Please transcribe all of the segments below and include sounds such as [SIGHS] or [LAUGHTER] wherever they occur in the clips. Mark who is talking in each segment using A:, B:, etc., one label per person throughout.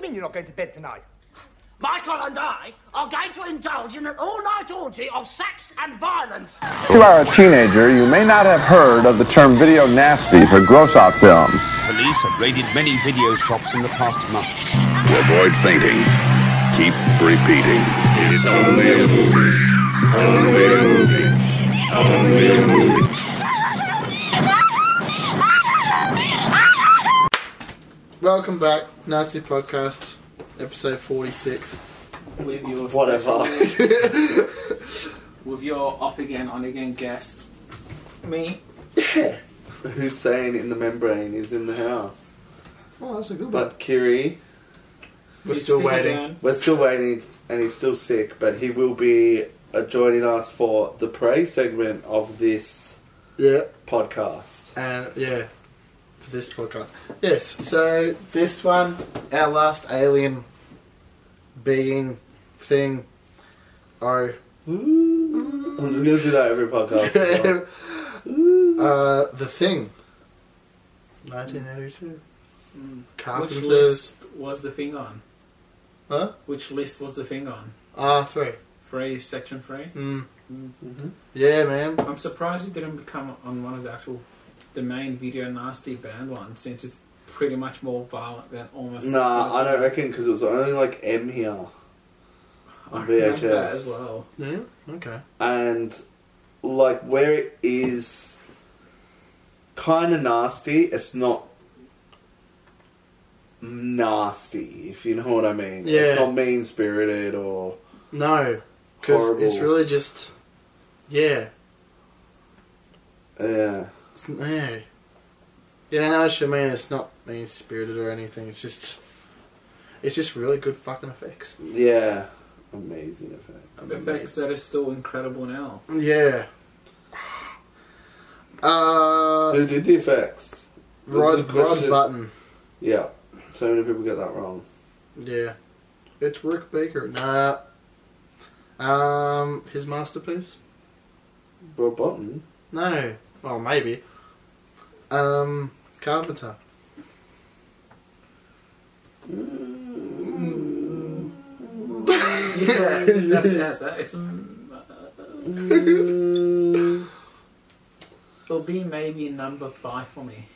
A: mean you're not going to bed tonight?
B: Michael and I are going to indulge in an all-night orgy of sex and violence.
C: If you are a teenager, you may not have heard of the term video nasty for gross out films.
D: Police have raided many video shops in the past months.
E: Avoid thinking. Keep repeating. It's only a movie. Only a movie. Only a movie.
F: Welcome back, Nasty Podcast, episode 46.
G: with your
H: Whatever.
G: with your up again on again guest, me.
H: Hussein in the membrane is in the house.
F: Oh, that's a good one.
H: But Kiri,
F: We're
G: He's
F: still
G: sick
F: waiting.
G: again.
H: we're still waiting and he's still sick, but he will be uh, joining us for the prey segment of this
F: Yeah,
H: podcast.
F: and yeah, for this podcast. Yes, so this one, our last alien being thing. Oh, [LAUGHS]
H: I'm just going to do that every podcast. as
F: [LAUGHS]
H: well.
F: uh, the thing. 1982.
G: Mm. Which
F: Carpenters.
G: list was the thing on?
F: Huh?
G: Which list was the thing on?
F: R three.
G: Three, section three.
F: Mm. Yeah, man.
G: I'm surprised it didn't become on one of the actual, the main video nasty band one, since it's pretty much more violent than almost.
H: Nah, I don't reckon because it was only like M here.
G: I
H: on
G: remember that
H: VHS.
G: as well.
F: Yeah. Okay.
H: and like where it is kind of nasty, it's not nasty, if you know what I mean.
F: Yeah.
H: It's not mean spirited or
F: No, because it's
H: Horrible.
F: really just. Yeah.
H: yeah.
F: It's, no. Yeah, no, I should mean it's not mean spirited or anything. It's just. It's just really good fucking effects.
H: Yeah. Amazing effect.
G: The effects that are still incredible
H: [LAUGHS]
G: now.
F: Yeah. Uh,
H: Who did the effects? This is a
F: Rod, Rod
H: question-
F: Button.
H: Yeah. So many people get that wrong.
F: Yeah. It's Rick Baker. Nah. Um, his masterpiece?
H: Rob Bottom.
F: No. Well, maybe. Um, Carpenter.
G: yeah, [LAUGHS] that's, that's, that- it's. mm,
H: Mm.
G: [LAUGHS] It'll be maybe number five for me.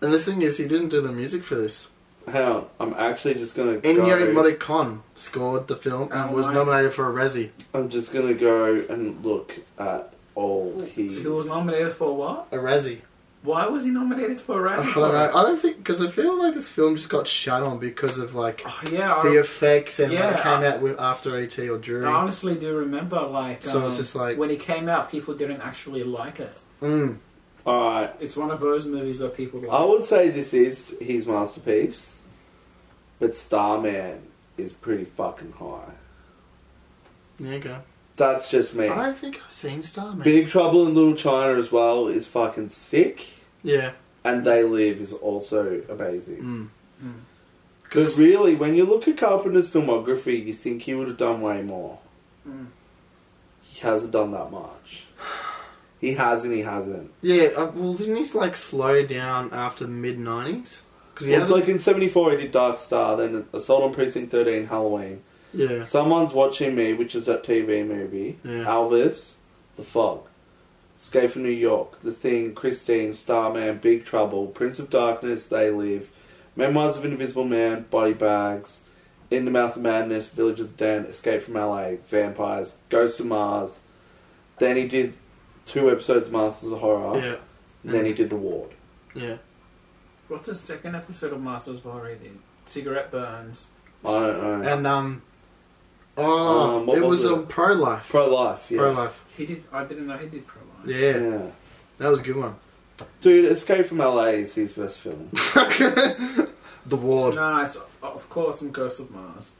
F: And the thing is, he didn't do the music for this.
H: Hang on, I'm actually just gonna
F: Ennio
H: go.
F: Morricone scored the film and
G: Oh,
F: was
G: nice.
F: nominated for a Razzie.
H: I'm just gonna go and look at all his.
G: He was nominated for what?
F: A Razzie.
G: Why was he nominated for
F: [LAUGHS]
G: a
F: I
G: Razzie?
F: don't know. I don't think because I feel like this film just got shut on because of like
G: Oh, yeah, I,
F: the effects and
G: yeah, Um,
F: what came
G: I-
F: out with after ET or
G: I
F: during.
G: honestly do remember like. um,
F: So it's just like-
G: when it came out, people didn't actually like it.
F: Mm.
H: Alright,
G: It's one of those movies that people like.
H: I would say this is his masterpiece, but Starman is pretty fucking high.
F: There you go.
H: That's just me.
F: I don't think I've seen Starman.
H: Big Trouble in Little China as well is fucking sick,
F: Yeah.
H: and They Live is also amazing.
F: Mm.
H: Because really, when you look at Carpenter's filmography, you think he would have done way more.
G: Mm.
H: He hasn't done that much. [SIGHS] He has and he hasn't.
F: Yeah. Uh, well, didn't he like slow down after mid nineties? Because he
H: It's
F: has like
H: like in '74 he did Dark Star, then Assault on Precinct 13, Halloween.
F: yeah.
H: Someone's Watching Me, which is that TV movie.
F: Yeah.
H: Alvis, The Fog, Escape from New York, The Thing, Christine, Starman, Big Trouble, Prince of Darkness, They Live, Memoirs of an Invisible Man, Body Bags, In the Mouth of Madness, Village of the Damned, Escape from LA, Vampires, Ghosts of Mars. Then he did two episodes of Masters of Horror.
F: Yeah.
H: And then he did The Ward.
F: Yeah.
G: What's the second episode of Masters of Horror? then? Cigarette Burns.
H: I don't know.
F: And um. Oh,
H: Um, what
F: it
H: was
F: was, a
H: it?
F: pro life.
H: Pro Life, yeah.
F: Pro life.
G: He did. I didn't know he did Proline.
F: Yeah,
H: Yeah.
F: that was a good one. [LAUGHS]
H: Dude, Escape from LA is his best film.
F: the Ward.
G: No, it's of course from Ghosts of Mars.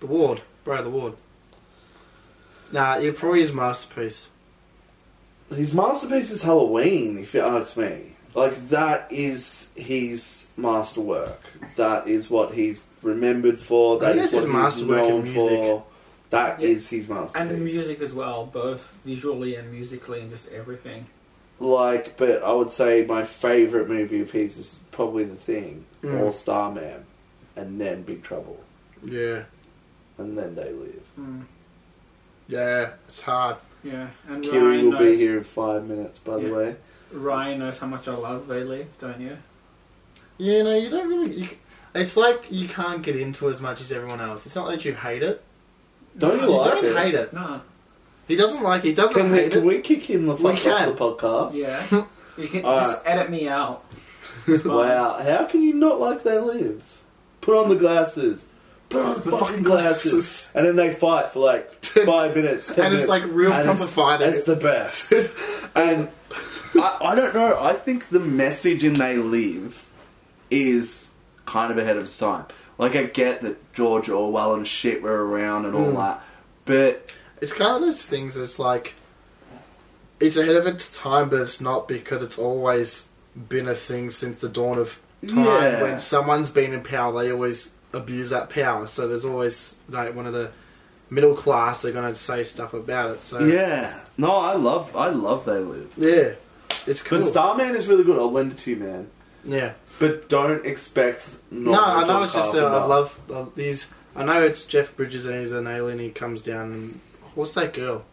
F: The Ward, bro, the Ward. Nah, it probably is masterpiece.
H: His masterpiece is Halloween, if you ask me. Like, that is his masterwork. That is what he's remembered for.
F: I
H: That
F: guess
H: is what
F: his
H: he's
F: masterwork in
H: known
F: music.
H: for. That
G: Yeah.
H: is his
G: And
H: masterpiece.
G: music as well, both visually and musically, and just everything.
H: Like,
F: Mm.
H: but I would say my favourite movie of his is probably The Thing, or Starman. and then Big Trouble,
F: Yeah.
H: and then they leave.
F: Yeah. It's hard.
G: Yeah, and
H: Kiri
G: Ryan
H: will be
G: knows,
H: here in five minutes, by the
G: Yeah.
H: way.
G: Ryan knows how much I love Bailey, don't you?
F: Yeah, no, you don't really. You, c- it's like you can't get into as much as everyone else. It's not that you hate it.
H: Don't you
F: You
H: like
F: don't
H: it?
F: hate it.
G: No.
F: He doesn't like it. He doesn't
H: Can, we,
F: hate
H: can
F: it.
H: we kick him the
F: We
H: fuck
F: can.
H: off the podcast?
G: Yeah. You can
H: All
G: just edit me out.
H: Wow, how can you not like they live? Put on the glasses. Put on the, fucking glasses.
F: glasses.
H: And then they fight for
F: [LAUGHS]
H: like five minutes. 10
F: And it's
H: minutes.
F: like real
H: And
F: proper
H: it's-
F: fighting.
H: It's
F: [LAUGHS]
H: the best. and I, I don't know. I think the message in They Live is kind of ahead of its time. Like I get that George Orwell and shit were around and
F: Hmm.
H: all that, but
F: It's kind of those things that's like. It's ahead of its time, but it's not because it's always been a thing since the dawn of time.
H: Yeah.
F: When someone's been in power, they always abuse that power. So there's always like one of the middle class they're going to say stuff about it. So
H: yeah, no, I love I love They Live.
F: yeah, it's cool.
H: But Starman is really good. I'll lend it to you, man.
F: yeah.
H: But don't expect.
F: No, I know it's just uh,
H: that
F: I love uh, these. I know it's Jeff Bridges and he's an alien. He comes down and what's that girl?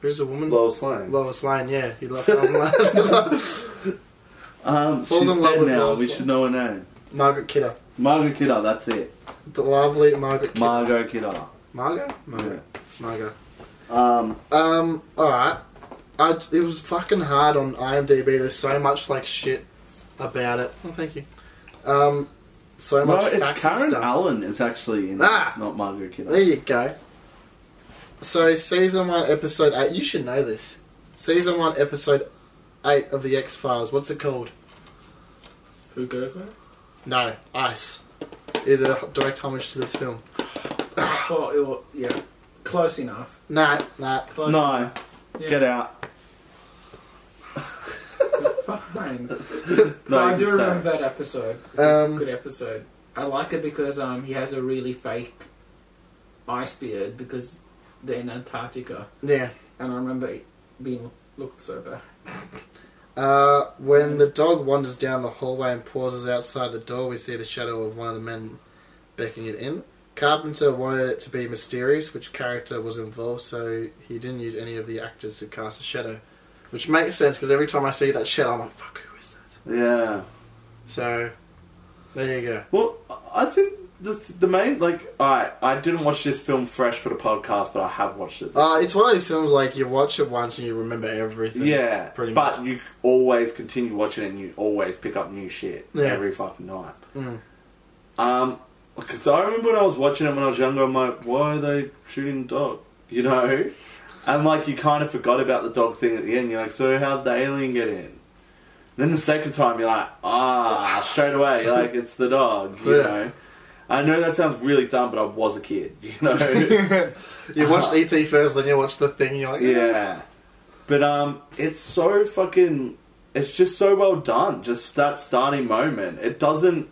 F: Who's a woman?
H: Lois Lane.
F: Lois Lane. Yeah, he lo- falls in love.
I: Um,
F: Falls
I: she's
F: in love
I: dead
F: with
I: now.
F: Lois
I: We
F: Lane.
I: should know her name.
F: [LAUGHS] Margaret Kidder,
I: Margaret Kidder. That's it.
F: the lovely Margaret. Kidder.
I: Margot Kidder.
F: Margot? Margot. Margot.
I: Um,
F: Um, alright. I, it was fucking hard on IMDb. There's so much, like, shit about it. Oh, thank you. Um, so
I: no,
F: much
I: it's
F: facts and
I: Karen
F: stuff.
I: Allen. Is actually in.
F: Ah!
I: Ah. It's not Margaret Kidder.
F: There you go. So, season 1, episode 8. You should know this. Season 1, episode 8 of The X Files. What's it called?
G: Who goes with it?
F: No, Ice. Is a direct homage to this film.
G: Well, it will, yeah. Close enough.
F: Nah, nah.
G: Close
I: No,
G: Yeah.
I: get out.
G: Fine.
I: No,
G: I
I: you
G: do
I: can stay.
G: remember that episode. It's
F: Um,
G: a good episode. I like it because um, he has a really fake ice beard because they're in Antarctica,
F: Yeah.
G: and I remember it being looked so bad.
F: Uh,
H: Mm-hmm.
F: when the dog wanders down the hallway and pauses outside the door, we see the shadow of one of the men beckoning it in. Carpenter wanted it to be mysterious, which character was involved, so he didn't use any of the actors to cast a shadow. Which makes sense, because every time I see that shadow, I'm like, fuck, who is that?
H: Yeah.
F: So, there you go.
H: Well, I- I think the the main like I I didn't watch this film fresh for the podcast, but I have watched it.
F: Uh, it's one of those films like you watch it once and you remember everything.
H: yeah,
F: pretty
H: but
F: much. [LAUGHS]
H: you always continue watching it and you always pick up new shit
F: Yeah. Mm.
H: every fucking night. Um, because I remember when I was watching it when I was younger, I'm like, why are they shooting the dog? You know, and like you kind of forgot about the dog thing at the end. You're like, so how'd the alien get in? Then the second time, you're like, ah, straight away, you're like, it's the dog. You
F: Yeah.
H: know. I know that sounds really dumb, but I was a kid, [LAUGHS] you know.
F: You watch ET first, then you watch the thing. You're like,
H: Uh-huh. Yeah. But um it's so fucking it's just so well done, just that starting moment. It doesn't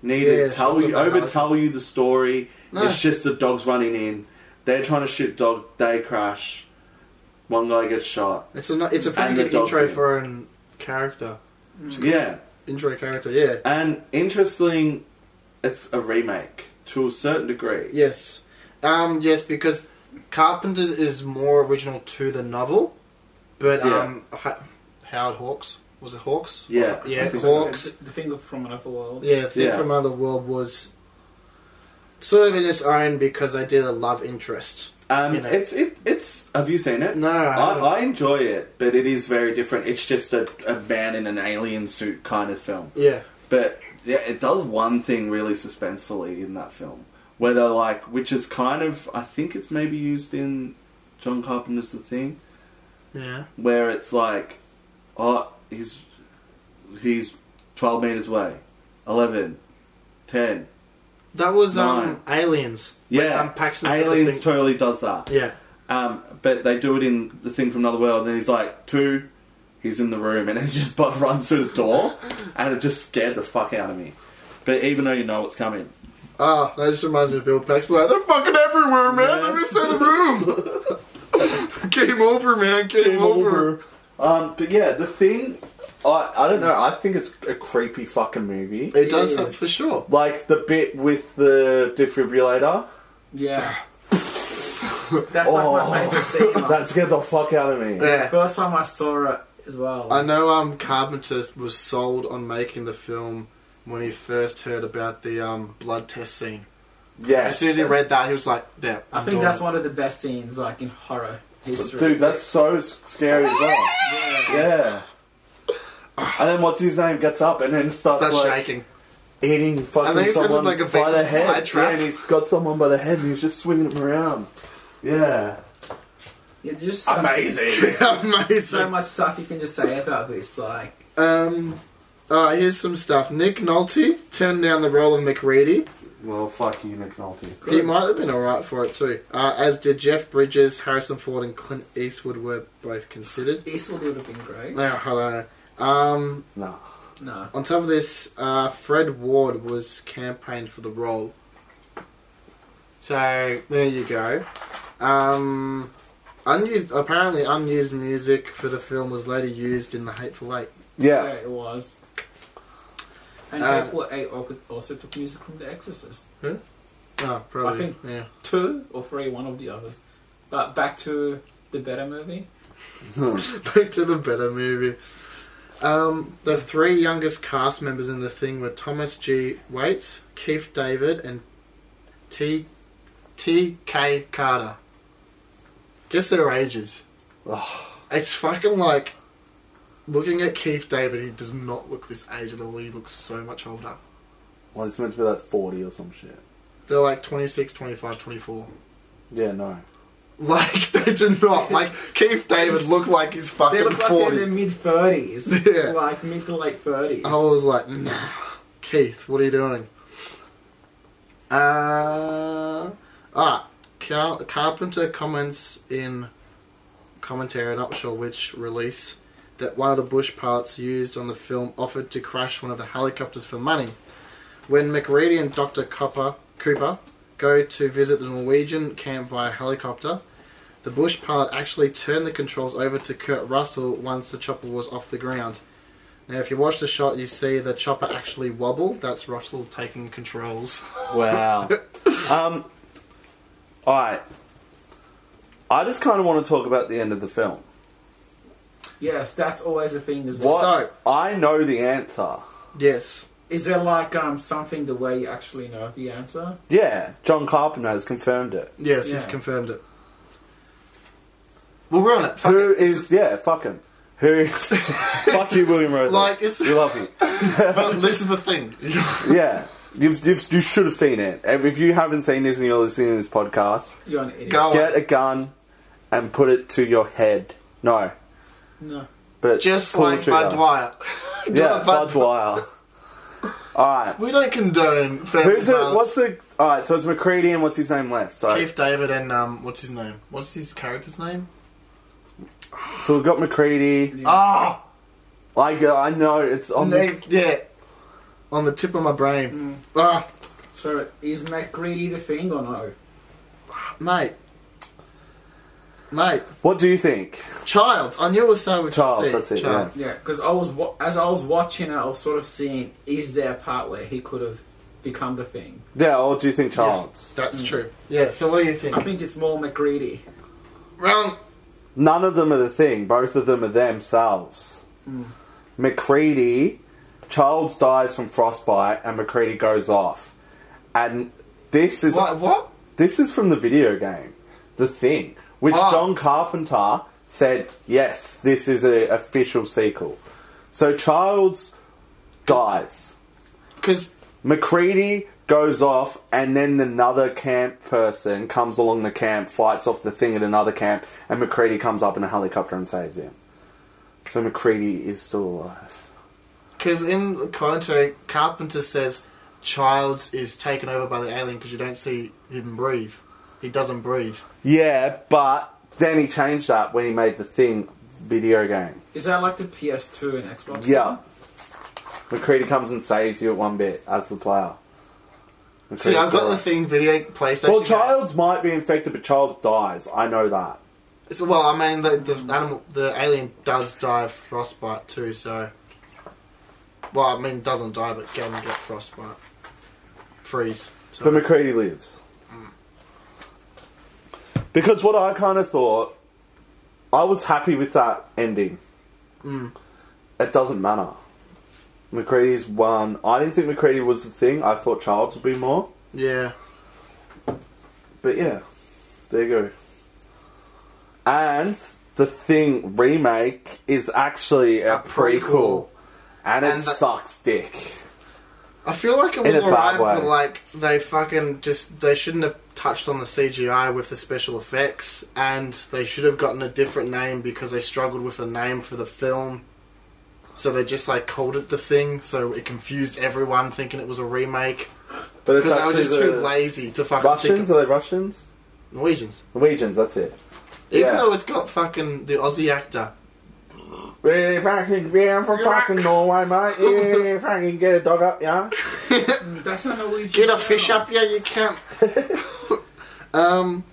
H: need
F: Yeah,
H: to
F: it's
H: tell
F: not
H: you
F: about
H: over
F: how-
H: tell you the story.
F: No.
H: It's just the dogs running in. They're trying to shoot dog, they crash. One guy gets shot.
F: it's a no- it's a pretty
H: And the
F: good
H: dog's
F: intro
H: in.
F: for an character, Mm.
H: Yeah.
F: intro character. Yeah,
H: And interesting it's a remake to a certain degree.
F: Yes. Um, yes, because Carpenter's is more original to the novel, but
H: Yeah.
F: um, Ho- Howard Hawks was it Hawks?
H: Yeah.
F: Yeah,
H: I think so.
F: Hawks.
G: The, the thing from another world.
F: Yeah, Thing
H: Yeah.
F: from Another World was sort of in its own because they did a love interest.
H: Um,
F: You know.
H: it's it, it's. Have you seen it?
F: No, I
H: I,
F: haven't.
H: I enjoy it, but it is very different. It's just a, a man in an alien suit kind of film.
F: Yeah,
H: But yeah, it does one thing really suspensefully in that film, where they're like, which is kind of, I think it's maybe used in John Carpenter's The Thing,
F: yeah,
H: where it's like, oh, he's he's twelve meters away, 11, 10.
F: that was
H: No.
F: um Aliens. When,
H: Yeah,
F: um, Paxton's got the
H: aliens
F: thing-
H: totally does that.
F: yeah,
H: Um, but they do it in the thing from another world, and he's like two. He's in the room, and [LAUGHS] he just bu- runs through the door, and it just scared the fuck out of me. But even though you know what's coming,
F: ah, that just reminds me of Bill Paxton. Like, they're fucking everywhere, man. They're inside the room.
H: [LAUGHS]
F: [LAUGHS] Game over, man. Game, over.
H: Um, but yeah, the thing I, I don't know. I think it's a creepy fucking movie.
F: It does
G: It
F: that
G: is.
F: for sure.
H: Like the bit with the defibrillator.
G: Yeah. That's like my
H: Oh.
G: favourite scene. like,
H: [LAUGHS] That scared the fuck out of me.
F: Yeah.
G: First time I saw it as well.
F: I know um, Carpenter was sold on making the film when he first heard about the um, blood test scene.
H: Yeah.
F: As soon as he read that, he was like, "There,
G: I
F: I'm
G: think
F: doing
G: that's
F: it."
G: one of the best scenes like in horror history.
H: Dude, that's so s- scary
F: [LAUGHS]
H: as well. Yeah. And then what's his name gets up and then starts
F: That's
H: like
F: shaking. [LAUGHS]
H: eating fucking
F: I think it's kind of
H: someone
F: like a
H: by the
F: Venus
H: head.
F: flytrap.
H: Yeah, and he's got someone by the head and he's just swinging him around. Yeah.
G: Yeah, there's just so,
H: Amazing.
G: so
F: Amazing.
G: much stuff you can just say about this. Like,
F: Um, all right, here's some stuff. Nick Nolte turned down the role of McReady.
H: well, fuck you, Nick Nolte.
F: He might have been alright for it too. Uh, as did Jeff Bridges, Harrison Ford, and Clint Eastwood were both considered.
G: Eastwood would have been great.
F: No, I don't know. Um,
H: Nah.
G: No,
F: on top of this, uh, Fred Ward was campaigned for the role. So there you go. Um, unused, apparently unused music for the film was later used in The Hateful Eight.
G: yeah.
H: Yeah.
G: it was. And
F: Uh,
G: April 8 al- also took music from The Exorcist.
F: Oh, probably.
G: I think-
F: yeah. [LAUGHS]
G: Two or three, one of the others. But back to the better movie.
F: Back to the better movie. Um, the three youngest cast members in the thing were Thomas G. Waits, Keith David, and T. T. K. Carter. Guess their ages. It's fucking like looking at Keith David. He does not look this age at all. He looks so much older.
H: Well, it's meant to be like 40 or some shit.
F: They're like 26, 25, 24.
H: Yeah, no.
F: [LAUGHS] Like they do not like Keith David look like he's fucking
G: They look like
F: forty.
G: they're in the mid
H: [LAUGHS]
G: 30s.
F: Yeah.
G: Like mid to late 30s.
F: I was like, nah, Keith, what are you doing? Uh, ah, Car- Carpenter comments in commentary, not sure which release, that one of the bush parts used on the film offered to crash one of the helicopters for money. When McReady and Dr. Copper, Cooper go to visit the Norwegian camp via helicopter, the bush pilot actually turned the controls over to Kurt Russell once the chopper was off the ground. Now, if you watch the shot, you see the chopper actually wobble. That's Russell taking controls.
H: Wow. [LAUGHS] um, alright. I just kind of want to talk about the end of the film.
G: Yes, that's always a thing. Is,
H: What?
F: So-
H: I know the answer.
F: Yes.
G: is there like um something the way you actually know the answer?
H: Yeah, John Carpenter has confirmed it.
F: Yes, he's
G: Yeah.
F: confirmed it. We'll ruin it. Fuck
H: Who
F: it. It's-
H: is? Yeah, fuck him. Who? [LAUGHS] fuck you, William Rose.
F: Like, it's-
H: you love you.
F: but this is the [LAUGHS] thing.
H: Yeah, you've, you've you should have seen it. If if you haven't seen this and you're listening to this podcast,
G: You're an idiot.
F: Go
H: get
F: on.
H: a gun and put it to your head. No,
G: No.
H: but
F: Just
H: pull the
F: like Bud [LAUGHS]
H: trigger.
F: Dwyer.
H: Yeah,
F: Bud
H: Bud Dwyer.
F: [LAUGHS]
H: All right.
F: We don't condone family
H: Who's it?
F: violence.
H: What's the? All right. So it's McCready and what's his name left. So
F: Keith David and um, what's his name? What's his character's name?
H: so we've got McCready.
F: Ah,
H: Like I know it's on. The,
F: Nate- yeah, on the tip of my brain. Ah,
G: So is MacReady the thing or no?
F: mate, mate,
H: what do you think?
F: Childs. I knew it was starting with
H: Childs,
F: C.
H: that's it,
F: Child.
H: yeah.
G: Yeah, because I was wa- as I was watching it, I was sort of seeing is there a part where he could have become the thing?
H: Yeah. What do you think, Charles?
F: That's true. Mm. Yeah. So what do you think?
G: I think it's more MacReady.
F: Wrong.
H: None of them are the thing. Both of them are themselves. McCready, Childs dies from frostbite, and McCready goes off. And this is
F: What? What?
H: this is from the video game, The Thing, which
F: Ah.
H: John Carpenter said yes, this is an official sequel. So Childs dies.
F: Because
H: McCready goes off, and then another camp person comes along the camp, fights off the thing at another camp, and McCready comes up in a helicopter and saves him. So McCready is still alive.
F: because in the commentary, Carpenter says Childs is taken over by the alien because you don't see him breathe. He doesn't breathe.
H: Yeah, but then he changed that when he made the thing video game.
G: Is that like the PS2 and Xbox?
H: Yeah. McCready comes and saves you at one bit as the player.
F: See, I've got
H: McCready's
F: the
H: alright.
F: thing video PlayStation.
H: Well,
F: game.
H: Childs might be infected, but Childs dies. I know that.
F: So, well, I mean, the, the animal, the alien does die of frostbite too. So Well, I mean, doesn't die, but can get frostbite. Freeze. So
H: But McCready lives. Because what I kind of thought, I was happy with that ending.
F: Mm.
H: It doesn't matter. McCready's one. I didn't think McCready was the thing. I thought Childs would be more.
F: yeah.
H: But yeah, there you go. And the thing remake is actually
F: A
H: a, prequel.
F: prequel.
H: And, it
F: And the-
H: sucks dick.
F: I feel like it
H: In
F: was
H: a
F: alright,
H: bad
F: but
H: way.
F: like they fucking just they shouldn't have touched on the CGI with the special effects, and they should have gotten a different name because they struggled with a name for the film. So they just like called it the thing, so it confused everyone thinking it was a remake
H: But
F: because
H: it's
F: they were
H: actually
F: just
H: the
F: too lazy to fucking think
H: Russians?
F: of
H: Are they Russians?
F: Norwegians.
H: Norwegians, that's it.
F: Even
H: Yeah.
F: though it's got fucking the Aussie actor,
H: Yeah, fucking, yeah, I'm from fucking Norway, mate. Yeah, yeah, fucking get a dog up, yeah.
G: That's not Norwegian.
F: get a fish up, yeah, you can't. um,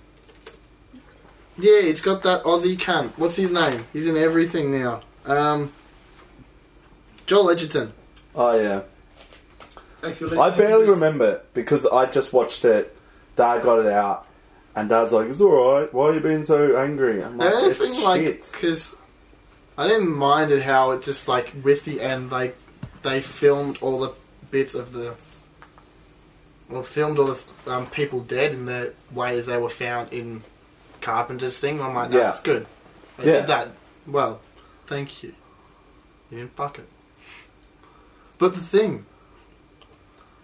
F: yeah, it's got that Aussie cunt. What's his name? He's in everything now. Um, Joel Edgerton.
H: Oh yeah,
G: If you're listening
H: I
G: to
H: barely
G: this-
H: remember it because I just watched it. Dad got it out, and Dad's like, "It's all right. Why are you being so angry?" I'm like,
F: Anything
H: "It's shit."
F: like because I didn't mind it how it just like with the end like they filmed all the bits of the well filmed all the um, people dead in the way as they were found in Carpenter's thing. I'm like,
H: Yeah.
F: that's good. They
H: Yeah.
F: did that well. Thank you. You didn't fuck it. But the thing.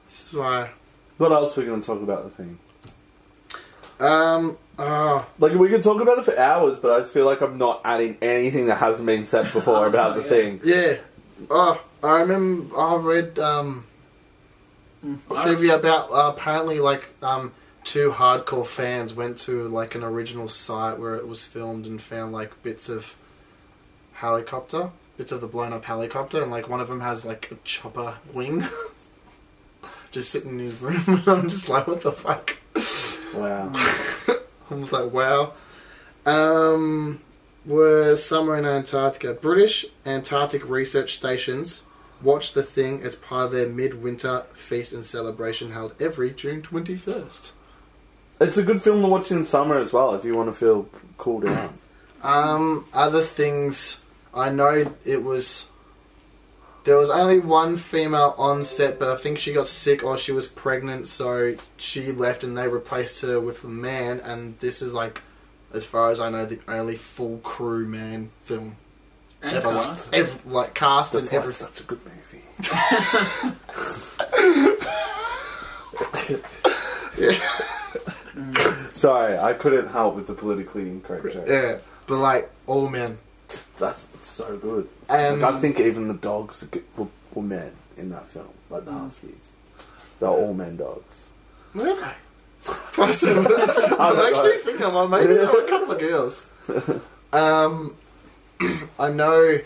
F: This is why.
H: What else are we going to talk about the thing?
F: Um. Oh,
H: Like we could talk about it for hours, but I just feel like I'm not adding anything that hasn't been said before about the
G: Yeah.
H: thing.
F: yeah. Oh, I remember. I read. Um.
G: Mm.
F: trivia about uh, apparently like um, two hardcore fans went to like an original site where it was filmed and found like bits of helicopter, bits of the blown up helicopter, and like one of them has like a chopper wing, [LAUGHS] just sitting in his room, [LAUGHS] and I'm just like, what the fuck?
H: Wow.
F: I was like, wow. Um, were somewhere in Antarctica. British Antarctic research stations watched the thing as part of their midwinter feast and celebration held every June 21st.
H: It's a good film to watch in summer as well if you want to feel cool down.
F: Um, other things I know it was. There was only one female on set, but I think she got sick or she was pregnant, so she left and they replaced her with a man. And this is like, as far as I know, the only full crew man film
G: And
F: ever. Like,
G: cast.
F: ev- like cast
H: That's
F: and
H: why it's
F: everything.
H: such a good movie.
F: [LAUGHS]
H: [LAUGHS] Sorry, I couldn't help with the politically incorrect joke.
F: Yeah, but like all men.
H: That's so good.
F: And
H: Like, I think even the dogs are good- were, were men in that film, like
F: Mm.
H: the Huskies. They're all men dogs.
F: where are they? Possibly.
H: [LAUGHS]
F: I actually think [LAUGHS] I'm on. Maybe there were a couple of girls. Um, [CLEARS THROAT] I know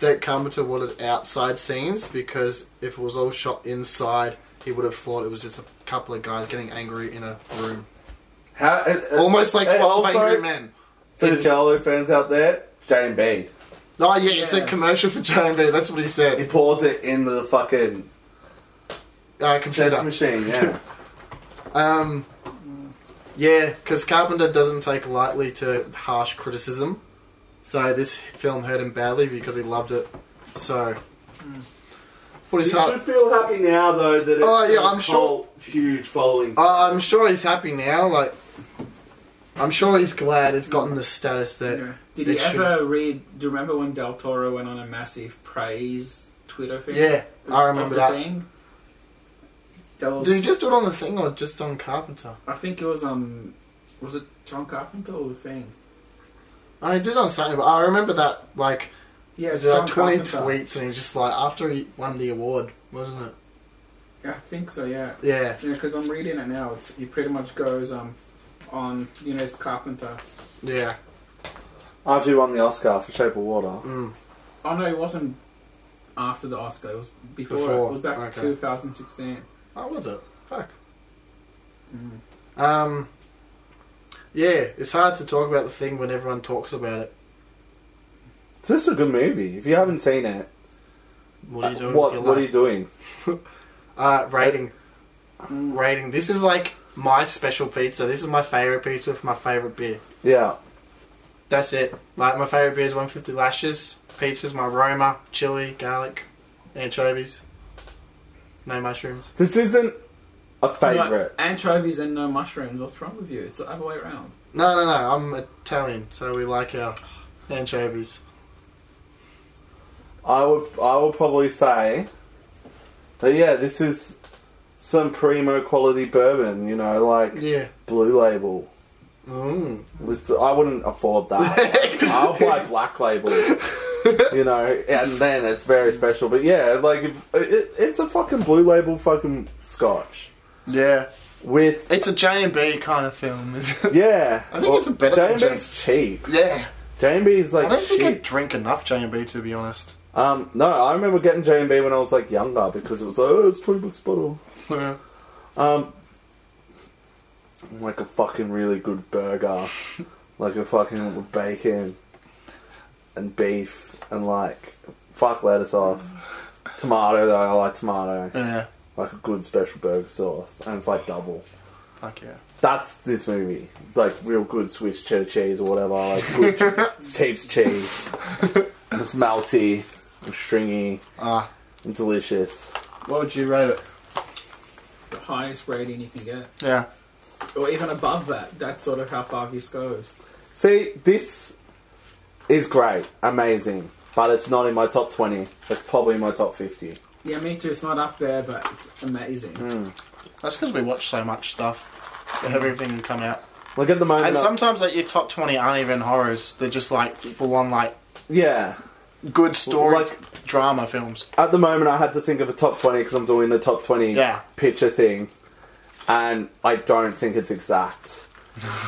F: that Carpenter wanted outside scenes because if it was all shot inside, he would have thought it was just a couple of guys getting angry in a room,
H: How,
F: almost like
H: and
F: twelve
H: also-
F: angry men.
H: For the Jello fans out there, Jane B.
F: Oh yeah, it's a
G: Yeah.
F: commercial for J&B, That's what he
H: He
F: said.
H: pours it in the fucking
F: Uh,
H: chess
F: computer. [LAUGHS]
H: machine, yeah.
F: Um, yeah, because Carpenter doesn't take lightly to harsh criticism, so this film hurt him badly because he loved it. So,
G: Hmm.
F: put
H: you
F: his
H: should
F: heart.
H: feel happy now, though, that it's
F: Oh, yeah,
H: got a
F: I'm sure-
H: cult, huge following.
F: Uh, I'm sure he's happy now. Like, I'm sure he's glad it's gotten the status that.
G: Yeah. Did
F: it
G: you
F: should-
G: ever read? Do you remember when Del Toro went on a massive praise Twitter thing?
F: Yeah, I
G: Of
F: remember
G: the
F: that.
G: Thing? That was,
F: Did he just do it on the thing or just on Carpenter?
G: I think it was um, was it John Carpenter or the thing?
F: I did on something, but I remember that like
G: Yeah,
F: it was
G: John
F: like 20
G: Carpenter.
F: tweets, and he's just like after he won the award, wasn't it?
G: I think so. Yeah.
F: Yeah.
G: Yeah, because I'm reading it now. It's he pretty much goes um, on you know it's Carpenter.
F: Yeah.
H: After he won the Oscar for Shape of Water.
F: Mm.
G: Oh no, it wasn't after the Oscar. It was before.
F: Before,
G: It was back
F: okay.
G: 2016.
F: Oh, was it? Fuck.
G: Mm.
F: Um, yeah, it's hard to talk about the thing when everyone talks about it.
H: This is a good movie. If you haven't seen it,
F: What are you doing? with
H: Uh, What
F: your
H: What are
F: life?
H: you doing?
F: Uh, rating.
H: Mm.
F: Rating. This is like my special pizza. This is my favourite pizza with my favourite beer.
H: Yeah,
F: That's it. Like, my favourite beer is 150 Lashes. Pizza's my Roma, chili, garlic, anchovies. No mushrooms.
H: this isn't a
G: No,
H: favorite.
G: anchovies and no mushrooms. What's wrong with you? It's the other way around.
F: No, no, no. I'm Italian, so we like our anchovies.
H: I would I would probably say that yeah, this is some primo quality bourbon. You know, like
F: Yeah.
H: Blue Label.
F: Mm.
H: List- I wouldn't
F: [LAUGHS]
H: afford that. I'll buy Black Label. You know, and then it's very special. But yeah, like if, it, it's a fucking Blue Label fucking Scotch
F: Yeah.
H: with
F: It's a J&B kind of film, isn't it?
H: yeah.
F: I think it's a better than
H: J&B's cheap.
F: [LAUGHS] Yeah.
H: J&B's
F: I
H: like
F: don't think I
H: cheap.
F: drink enough J&B, to be honest.
H: Um, no, I remember getting J and B when I was like younger because it was like, oh, it's twenty bucks a bottle.
F: Yeah.
H: Um, like a fucking really good burger, like a fucking with bacon and beef and like fuck lettuce off. Tomato though, I like tomato.
F: Yeah.
H: Like a good special burger sauce, and it's like double.
F: Fuck yeah.
H: That's this movie, like real good Swiss cheddar cheese or whatever, like good heaps of cheese. And it's melty, and stringy,
F: Ah.
H: and delicious.
F: What would you rate it?
G: The highest rating you can get,
F: Yeah.
G: or even above that. That's sort of how far this goes.
H: See, this is great, amazing, but it's not in my top 20. It's probably in my top 50.
G: Yeah, me too. It's not up there, but it's amazing.
F: Hmm. That's because we watch so much stuff. that Everything can come out.
H: Like at the moment,
F: And
H: I-
F: sometimes like your top twenty aren't even horrors. They're just like full on like
H: yeah.
F: good story
H: Like-
F: drama films.
H: At the moment, I had to think of a top 20 because I'm doing the top 20
F: Yeah.
H: picture thing, and I don't think
F: [LAUGHS]
H: it's exact.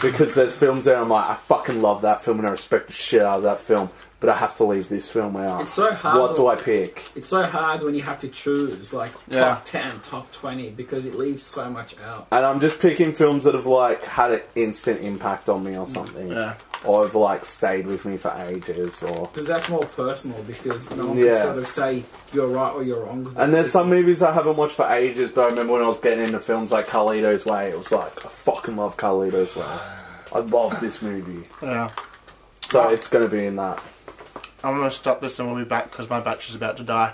H: because there's films there, I'm like, I fucking love that film and I respect the shit out of that film, but I have to leave this film out.
G: It's so hard.
H: What do I pick?
G: It's so hard when you have to choose like
F: Yeah.
G: top ten, top twenty, because it leaves so much out.
H: And I'm just picking films that have like had an instant impact on me or something,
F: Yeah.
H: or have like stayed with me for ages, or
G: Because that's more personal. Because no one
H: Yeah.
G: can sort of say you're right or you're wrong.
H: And there's some movies I haven't watched for ages, but I remember when I was getting into films like Carlito's Way, it was like I fucking love Carlito's Way. I love this movie,
F: Yeah.
H: so it's going to be in that.
F: I'm gonna stop this and we'll be back because my battery's about to die.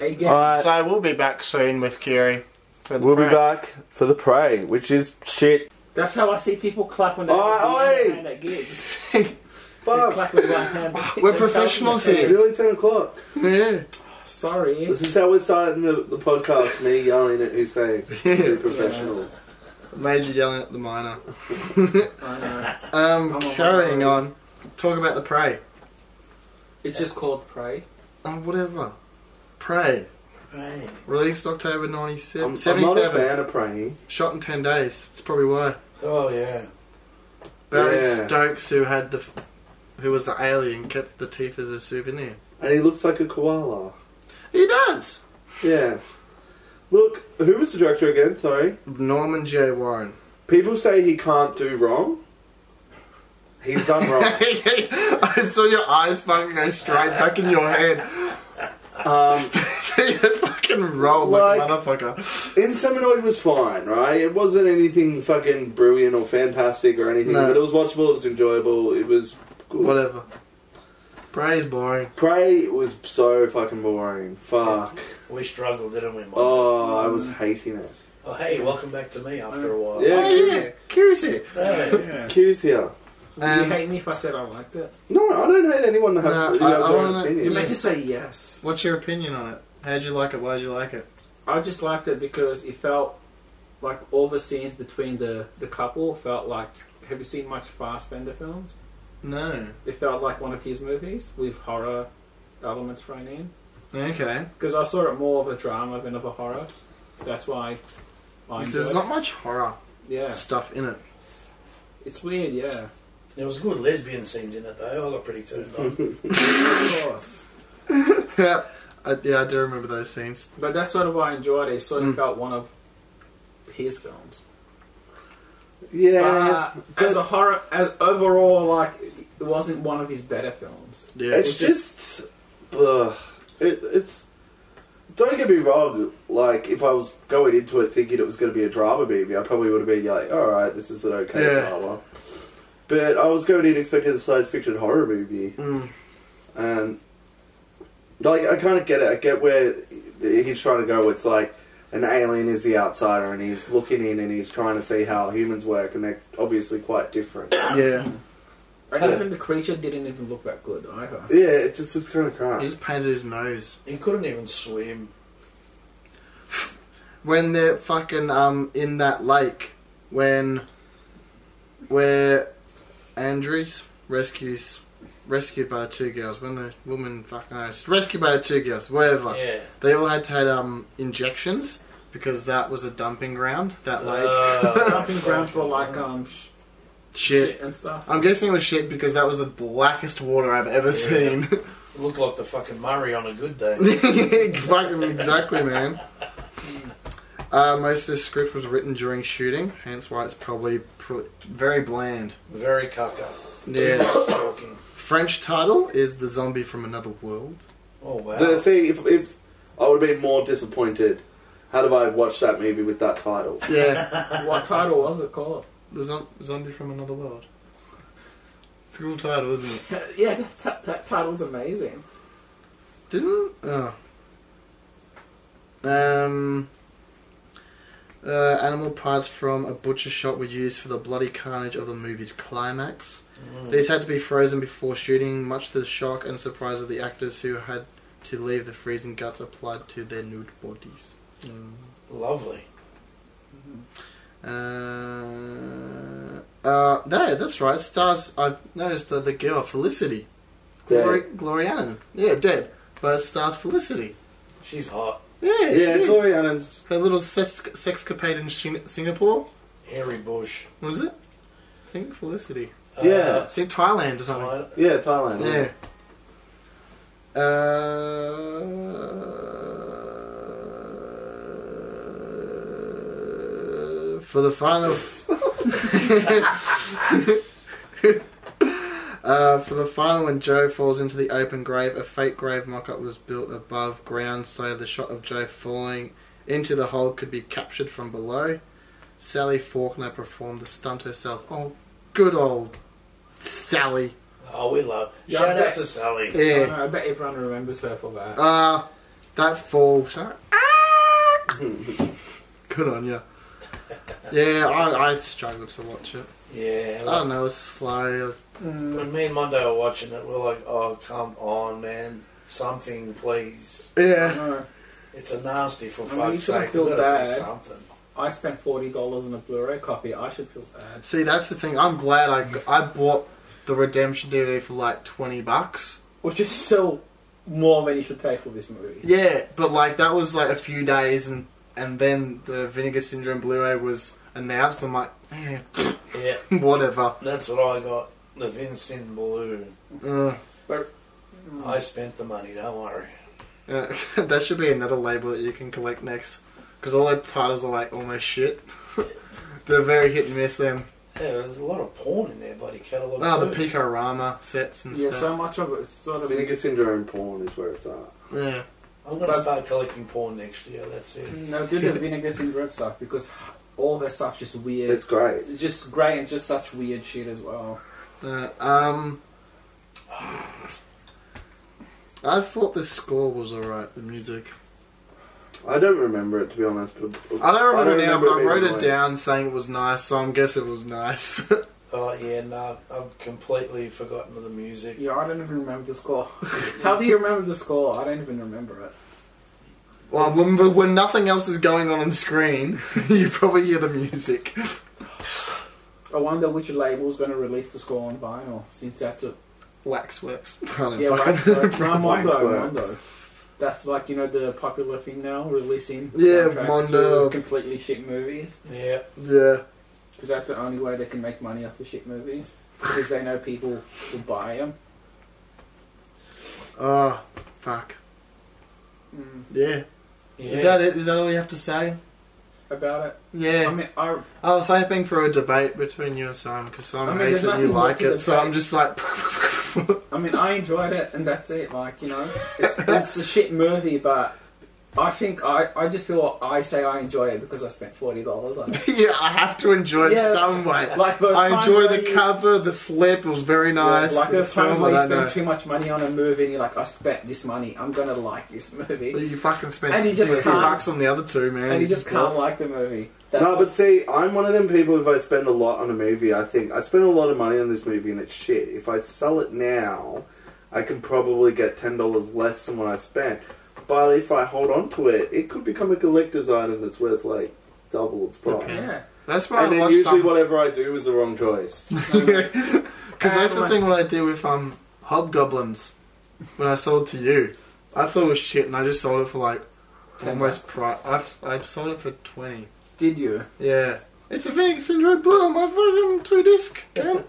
G: again.
H: All right,
F: So we'll be back soon with Kiri. For the
H: we'll be
F: prank.
H: back for the prey, which is shit.
G: That's how I see people clap when they're
H: Oi,
G: doing
H: oi!
G: hand at
H: [LAUGHS]
G: gigs. They clap with one hand.
F: We're professionals
G: They're
F: here.
J: nearly 10 o'clock.
F: Yeah.
G: Sorry.
J: This is how we're starting the, the podcast, me yelling at
F: [LAUGHS]
J: Hussein. Very professional.
F: Major yelling at the minor.
G: I know.
F: Um,
G: I'm a
F: carrying
G: minor.
F: on. Talk about the prey.
G: It's just called Prey.
F: Oh, whatever. Prey.
K: Right.
F: Released October 97.
J: I'm, I'm not a
F: 77.
J: fan of praying.
F: Shot in 10 days. That's probably why.
K: Oh yeah.
F: Barry
J: Yeah.
F: Stokes, who had the, who was the alien, kept the teeth as a souvenir.
J: And he looks like a koala.
F: He does.
J: Yeah. Look, who was the director again? Sorry.
F: Norman J. Warren. [LAUGHS]
J: People say he can't do wrong. He's done
F: [LAUGHS]
J: wrong.
F: I saw your eyes fucking go straight back in your head.
J: [LAUGHS]
F: [LAUGHS]
J: Um,
F: you fucking rolled like,
J: Like-
F: a motherfucker.
J: Inseminoid was fine, right? It wasn't anything fucking brilliant or fantastic or anything,
F: No.
J: but it was watchable, it was enjoyable, it was good.
F: Whatever. Praise boring.
J: Prey was so fucking boring. Fuck.
K: We struggled, didn't we, Mike?
J: Oh, I was hating it.
K: Oh, hey, welcome back to me after a while.
J: Yeah,
F: Oh yeah, curious here.
K: Hey,
J: Q's here.
G: Would
F: Um,
G: you hate me if I said I liked it?
J: No, I don't hate [LAUGHS] anyone that
F: Nah,
J: has
F: uh, I-
J: no,
F: I
J: their
F: wanna-
J: opinion.
G: You meant to say yes.
F: What's your opinion on it? How'd you like it? Why'd you like it?
G: I just liked it because it felt like all the scenes between the, the couple felt like. Have you seen much Fassbender films?
F: No.
G: It felt like one of his movies with horror elements thrown in.
F: Okay.
G: Because I saw it more of a drama than of a horror. That's why. I
F: Because
G: enjoyed
F: there's
G: it.
F: not much horror
G: Yeah,
F: stuff
K: [LAUGHS]
F: in it.
G: it's weird. Yeah,
K: there was good lesbian scenes in it though. I got pretty turned on.
G: of course.
F: yeah, I, yeah, I do remember those scenes.
G: But that's sort of why I enjoyed it. It sort of felt one of his films.
J: yeah.
G: but as a horror, as overall, like it wasn't one of his better films.
F: Yeah.
J: It's
G: It's
J: just, ugh. It, it's
H: Don't get me wrong. Like, if I was going into it thinking it was going to be a drama movie, I probably would have been like, "All right, this is an okay
K: Yeah.
H: drama." But I was going in expecting a science fiction horror movie, and like, I kind of get it. I get where he's trying to go. It's like an alien is the outsider, and he's looking in, and he's trying to see how humans work, and they're obviously quite different.
K: Yeah.
G: And even the creature didn't even look that good either.
H: yeah, it just was kind of crap.
K: He just painted his nose.
F: He couldn't even swim.
K: When they're fucking um in that lake, when where Andrews rescues rescued by the two girls, when the woman fucking uh, rescued by the two girls, whatever.
F: Yeah.
K: They all had to had um injections because that was a dumping ground. That lake.
G: [LAUGHS]
F: Uh,
G: Dumping ground for like um sh-
K: [LAUGHS] shit.
G: shit and stuff.
K: I'm guessing it was shit because that was the blackest water I've ever [LAUGHS] seen.
F: looked like the fucking Murray on a good day.
K: Fucking exactly, man. Uh, most of this script was written during shooting, hence why it's probably pr- very bland.
F: Very cucker.
K: Yeah.
F: Talking.
K: [COUGHS] French title is The Zombie from Another World.
F: Oh wow.
H: So, see, if, if I would have been more disappointed, had I watched that movie with that title.
K: Yeah.
G: what title was it called?
K: the zom- Zombie from Another World. It's a cool title, isn't it?
G: [LAUGHS] yeah, that, that, that title's amazing.
K: Didn't. Oh. Um. Uh, animal parts from a butcher shop were used for the bloody carnage of the movie's climax. These had to be frozen before shooting, much to the shock and surprise of the actors who had to leave the freezing guts applied to their nude bodies.
F: Lovely.
K: Uh, uh, no, that's right. Stars. I noticed that the girl Felicity, Glory, Glorianen. Yeah, dead. But it stars Felicity.
F: She's hot.
K: Yeah, she
H: Yeah,
K: is.
H: Corey Allen's.
K: Her little sex sexcapade in Sing- Singapore
F: Hairy bush.
K: was it? I think Felicity.
H: Yeah,
K: It's in Thailand or something.
F: I-
H: uh, yeah, Thailand.
K: Yeah. Uh, for the final. [LAUGHS] Uh, for the final, when Joe falls into the open grave, a fake grave mock-up was built above ground so the shot of Joe falling into the hole could be captured from below. Sally Faulkner performed the stunt herself. Oh, good old Sally.
F: Oh, we love.
G: Yeah,
F: Shout
G: I
F: out
G: bet-
F: to Sally.
G: I,
K: Yeah.
G: don't know, I bet everyone remembers her for that.
K: Ah, that fall shot. [LAUGHS] Good on you. Yeah, I, I struggled to watch it.
F: Yeah.
K: I don't know, it's slow.
G: Um,
F: When me and Mondo were watching it, we're like, "Oh, come on, man! Something, please!
K: Yeah.
G: No,
F: It's a nasty for
G: I mean, you
F: fuck's
G: shouldn't
F: sake.
G: feel
F: We've got to
G: bad.
F: see something."
G: I spent forty dollars on a Blu-ray copy. I should feel bad.
K: See, that's the thing. I'm glad I, I bought the Redemption DVD for like 20 bucks.
G: Which is still more than you should pay for this movie.
K: Yeah, but like that was like a few days and and then the Vinegar Syndrome Blu-ray was announced. I'm like, eh,
F: Yeah,
K: [LAUGHS] whatever.
F: that's what I got. The Vincent Blue.
G: Mm.
K: Uh,
F: I spent the money. Don't worry.
K: yeah. [LAUGHS] that should be another label that you can collect next. Because all their titles are like almost shit. [LAUGHS] They're very hit and miss them.
F: Yeah, there's a lot of porn in their bloody catalogue.
K: Ah, the
F: too.
K: Picorama sets and
G: Yeah, so
K: stuff.
G: much of it's sort of.
H: Vinegar syndrome porn is where it's at.
K: Yeah.
F: I'm gonna
G: But-
F: start collecting porn next year. That's it.
G: No, do the vinegar syndrome stuff because all their stuff's just weird.
H: It's great.
G: It's just grey and just such weird shit as well.
K: Uh, um. I thought the score was alright, the music.
H: I don't remember it to be honest. But
K: I don't remember now, but I
H: being
K: wrote it
H: annoying.
K: down saying it was nice, so I am guess it was nice. [LAUGHS]
F: Oh yeah, no, I've completely forgotten the music.
G: Yeah, I don't even remember the score. [LAUGHS] How do you remember the score? I don't even remember it.
K: Well, when, when nothing else is going on on screen, [LAUGHS] you probably hear the music. [LAUGHS]
G: I wonder which label's going to release the score on vinyl, since that's a
K: Waxworks. I don't
G: yeah, right,
K: fucking- [LAUGHS]
G: right, right, Mondo,
H: Wank
G: Mondo. That's like you know the popular thing now, releasing
K: Yeah,
G: soundtracks
K: Mondo.
G: to completely shit movies,
F: Yeah,
K: yeah.
G: because that's the only way they can make money off the shit movies, because they know people will buy them.
K: Oh, fuck.
G: Mm.
K: Yeah.
F: yeah.
K: Is that it? Is that all you have to say?
G: About it,
K: Yeah.
G: I mean, I
K: I was hoping for a debate between you and Simon, because Simon
G: I mean,
K: hates
G: there's
K: it and you
G: nothing much
K: like
G: to
K: it, so I'm
G: debate.
K: just like... [LAUGHS]
G: I mean, I enjoyed it, and that's it. Like, you know, it's, it's a shit movie, but I think I, I just feel I say I enjoy it because I spent forty dollars on it.
K: yeah, I have to enjoy it
G: Yeah.
K: some way.
G: Like those
K: I
G: times
K: enjoy
G: where
K: the
G: you-
K: cover, the slip. It was very nice.
G: like
K: the
G: there's times
K: film,
G: where you
K: I don't
G: spend
K: know.
G: too much money on a movie and you're like, I spent this money, I'm gonna like this movie,
K: You fucking spent
G: And you just
K: 60
G: can't-
K: bucks on the other two, man.
G: and you just can't
K: bought-
G: like the movie. That's
H: No, Uh, but see, I'm one of them people. If I spend a lot on a movie, I think I spend a lot of money on this movie and it's shit. If I sell it now, I can probably get ten dollars less than what I spent. But if I hold on to it, it could become a collector's item that's worth like double its price.
K: Yeah. That's why
H: And
K: I
H: then
K: watched
H: usually,
K: some-
H: whatever I do is the wrong choice.
K: [LAUGHS] Because that's the
G: Um,
K: thing what I did with um Hobgoblins when I sold to you. I thought it was shit, and I just sold it for like almost price. I've I've sold it for twenty.
G: did you?
K: Yeah, it's a Phoenix Syndrome Blue on my fucking
G: [LAUGHS]
K: two disc. man.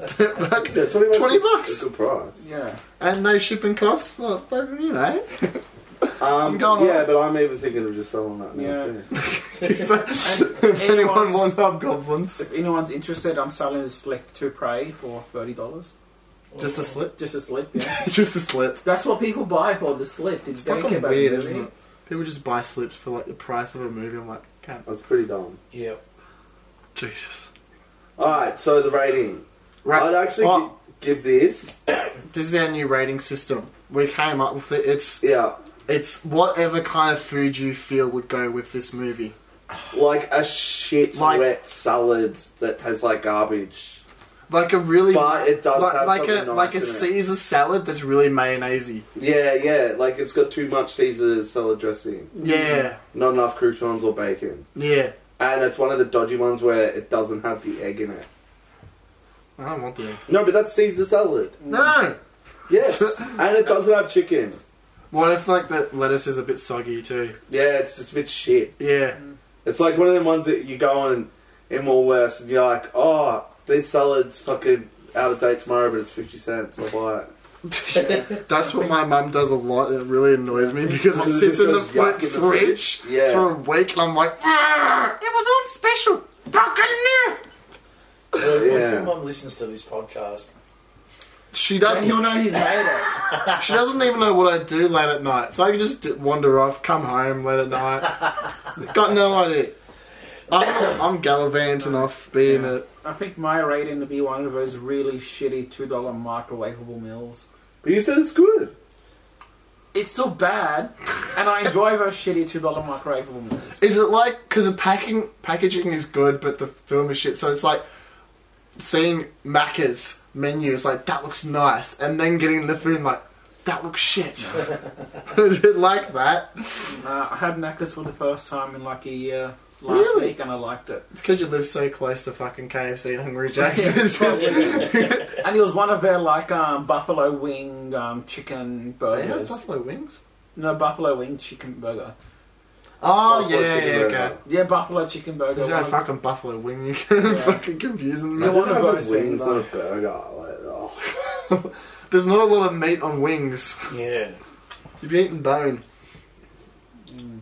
K: Like,
H: Yeah, twenty bucks.
K: 20
H: is
K: bucks.
H: A good price.
G: Yeah.
K: and no shipping costs. Well, fucking, you know. [LAUGHS]
H: Um,
K: I'm going
H: yeah,
K: on.
H: but I'm even thinking of just selling that now.
G: Yeah.
H: too.
G: [LAUGHS]
K: So, if anyone
G: anyone's-
K: wants Hobgoblins,
G: If anyone's interested, I'm selling a slip to pray for thirty dollars.
K: just a slip, [LAUGHS]
G: Just a slip, yeah.
K: just a
G: [LAUGHS]
K: slip.
G: That's what people buy for the slip. It's
K: It's fucking
G: about
K: weird,
G: the
K: isn't
G: movie.
K: it? People just buy slips for like the price of a movie. I'm like, can't.
H: That's pretty dumb.
F: Yeah.
K: Jesus.
H: All right, so the rating.
K: Right.
H: I'd actually
K: Oh.
H: gi- give this.
K: This is our new rating system. We came up with it. It's
H: Yeah.
K: it's whatever kind of food you feel would go with this movie.
H: like a shit
K: Like-
H: wet salad that tastes like garbage.
K: Like a really,
H: But it does
K: like,
H: have
K: like a
H: something nice
K: like a
H: in it.
K: Caesar salad that's really mayonnaisey.
H: Yeah, yeah, like it's got too much Caesar salad dressing,
K: Yeah,
H: not enough croutons or bacon,
K: yeah.
H: and it's one of the dodgy ones where it doesn't have the egg in it.
K: I don't want the egg.
H: No, but that's Caesar salad.
K: No. [LAUGHS]
H: Yes, and it doesn't have chicken.
K: What if like the lettuce is a bit soggy too?
H: Yeah, it's just a bit shit.
K: Yeah.
H: It's like one of them ones that you go on in Woolworths and you're like, oh, this salad's fucking out of date tomorrow, but it's fifty cents. I'll buy it.
K: [LAUGHS] That's what my mum does a lot. and It really annoys me because
H: Mm.
K: it
H: Because it
K: sits in the,
H: just goes yuck
K: fr-
H: in the
K: fridge,
H: fridge. Yeah.
K: for a week, and I'm like, "Ah, it was on special. Fucking no.
F: Well, If
H: Yeah.
F: your mum listens to this podcast,
K: She
G: And
K: doesn't.
G: You'll know he's made it.
K: She doesn't even know what I do late at night, so I can just d- wander off, come home late
H: [LAUGHS]
K: at night. Got no idea. I'm, I'm gallivanting off being a.
G: [LAUGHS] I think my rating would be one of those really shitty two dollar microwavable meals.
H: But you said it's good.
G: It's still bad, and I enjoy those shitty two dollar microwavable meals.
K: Is it like because the packing packaging is good, but the film is shit? So it's like seeing Macca's menu is like that looks nice, and then getting the food and like that looks
H: [LAUGHS]
K: shit. is it like that?
G: Uh, I had Macca's for the first time in like a year last
K: Really?
G: week, and I liked it.
K: It's because you live so close to fucking KFC and Hungry Jack's. It's just
G: And it was one of their like um, buffalo wing um, chicken
K: they have
G: burgers.
K: buffalo wings.
G: no, buffalo wing chicken burger.
K: Oh
H: Buffalo
K: yeah,
H: chicken
K: yeah,
H: burger.
K: okay.
G: Yeah, buffalo chicken burger.
K: There's
G: One
K: no
G: of-
K: fucking buffalo wing. [LAUGHS] You're
G: Yeah.
K: fucking confusing me.
G: Yeah, one
H: I
G: of
H: don't
G: those
H: have wings
G: things,
H: on a
G: like-
H: burger. Like, oh.
K: There's not a lot of meat on wings.
F: yeah.
K: You'd be eating bone.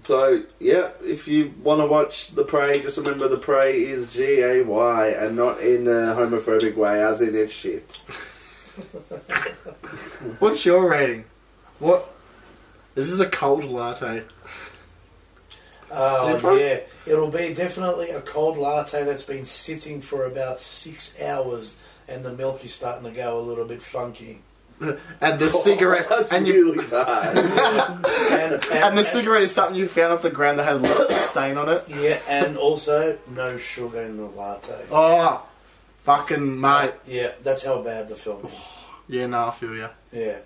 H: So yeah, if you want to watch The Prey, just remember The Prey is G A Y and not in a homophobic way, as in it's shit. [LAUGHS]
K: What's your rating? What? This is a cold latte.
F: Oh
K: They're pro-
F: yeah, it'll be definitely a cold latte that's been sitting for about six hours, and the milk is starting to go a little bit funky.
K: And the
H: [LAUGHS]
K: cigarette.
H: That's
K: and, you,
H: really bad.
F: And,
K: and the cigarette is something you found off the ground that has lots of stain on it.
F: yeah, and also no sugar in the latte.
K: Oh, fucking mate.
F: Yeah, that's how bad the film is.
K: Yeah, no, I feel ya.
F: Yeah,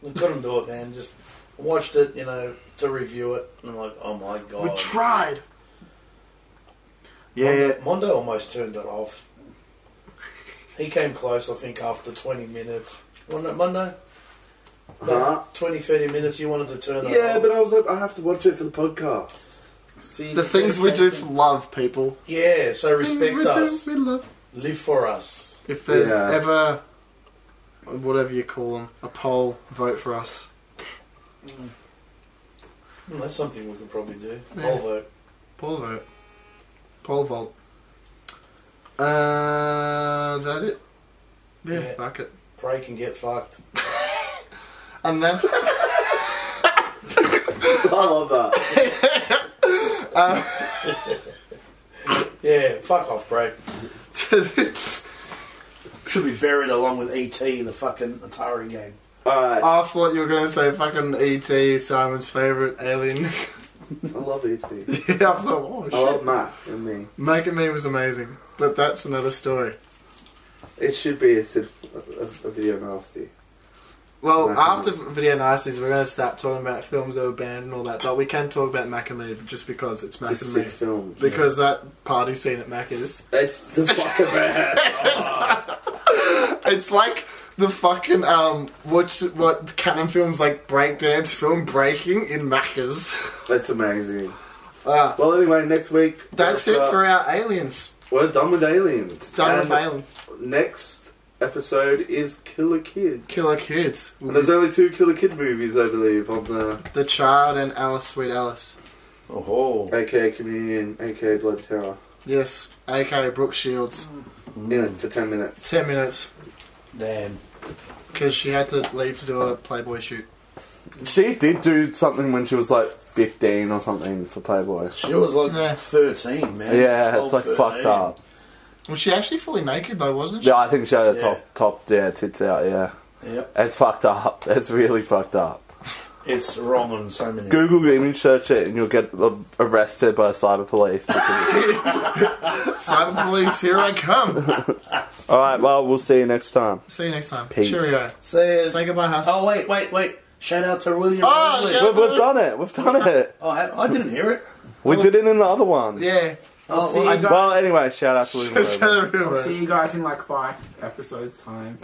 F: we couldn't do it, man. Just watched it, you know, to review it, and I'm like, oh my
K: We
F: god.
K: tried. Yeah,
F: Mondo, Mondo almost turned it off. He came close, I think, after 20 minutes. Wasn't it Mondo?
H: Huh?
F: About 20, 30 minutes, you wanted to turn it
H: yeah,
F: off.
H: but I was like, I have to watch it for the podcast.
G: See,
K: the things we do for love, people.
F: [LAUGHS] Yeah, so
K: things
F: respect
K: we
F: us.
K: do, we love.
F: Live for us.
K: If there's
H: Yeah.
K: ever, whatever you call them, a poll, vote for us.
F: Hmm, That's something we could probably do.
K: Yeah.
F: Although,
K: Poll vote. Poll vote. Uh, is that it? Yeah,
F: Yeah.
K: fuck it.
F: pray can get fucked.
K: And that's.
H: I love that. [LAUGHS]
F: Yeah, fuck off, bro.
K: To this-
F: Should be buried along with ET in the fucking Atari game.
H: All right,
K: [LAUGHS] I thought you were going to say fucking E.T., Simon's favourite alien.
H: I love ET.
K: [LAUGHS] yeah, I thought,
H: I
K: oh shit.
H: love Matt and me.
K: Make It Me was amazing, but that's another story.
H: It should be a, sid- a, a video nasty.
K: Well,
H: Mac and
K: after video nasties, we're going to start talking about films that were banned and all that, but we can talk about Mac and Me just because it's Mac
H: It's a
K: and
H: sick
K: Me.
H: film.
K: Because that party scene at Macca's.
H: It's the fucking bad.
K: It's like the fucking, um, what's, what canon films like breakdance film breaking in
H: [LAUGHS]
K: Macca's.
H: That's amazing.
K: Ah.
H: well, anyway, next week.
K: That's it for our aliens.
H: We're done with aliens.
K: Done with
H: uh, And
K: aliens.
H: Next episode is Killer Kid.
K: Killer Kids.
H: And there's only two Killer Kid movies, I believe, on the
K: The Child and Alice Sweet Alice.
F: Oh,
H: aka Communion, aka Blood Terror.
K: Yes, aka Brooke Shields.
H: In it for 10 minutes.
K: 10 minutes.
F: damn.
K: Because she had to leave to do a Playboy shoot.
H: She did do something when she was like 15 or something for Playboy.
F: She was like
K: Yeah.
F: 13, man.
H: Yeah,
F: 12,
H: it's like
F: 13.
H: fucked up.
K: Was she actually fully naked though, wasn't she? [LAUGHS]
H: Yeah, I think she had a
F: Yeah.
H: top, top, yeah, tits out, yeah.
F: Yep.
H: It's fucked up. [LAUGHS] It's really fucked up.
F: It's wrong on so many.
H: Google image search it and you'll get uh, arrested by cyber police.
K: Cyber police, here I come.
H: Alright, well, we'll see you next time.
K: See you next time.
H: Peace.
K: Cheerio.
F: Says,
K: Say goodbye, Hus.
F: oh, wait, wait, wait. Shout out to William
K: Oh,
F: Rosley.
K: shout-
H: We've, we've done it. We've done it.
F: Oh, I, I didn't hear it.
H: We did it in the other one.
K: Yeah.
F: Oh,
G: See
F: well,
G: you
F: I-
G: guys.
H: Well,
K: [LAUGHS]
H: anyway, shout out to William. Rowan.
K: Shout out to
G: I'll
K: everyone.
G: see you guys in like five episodes time.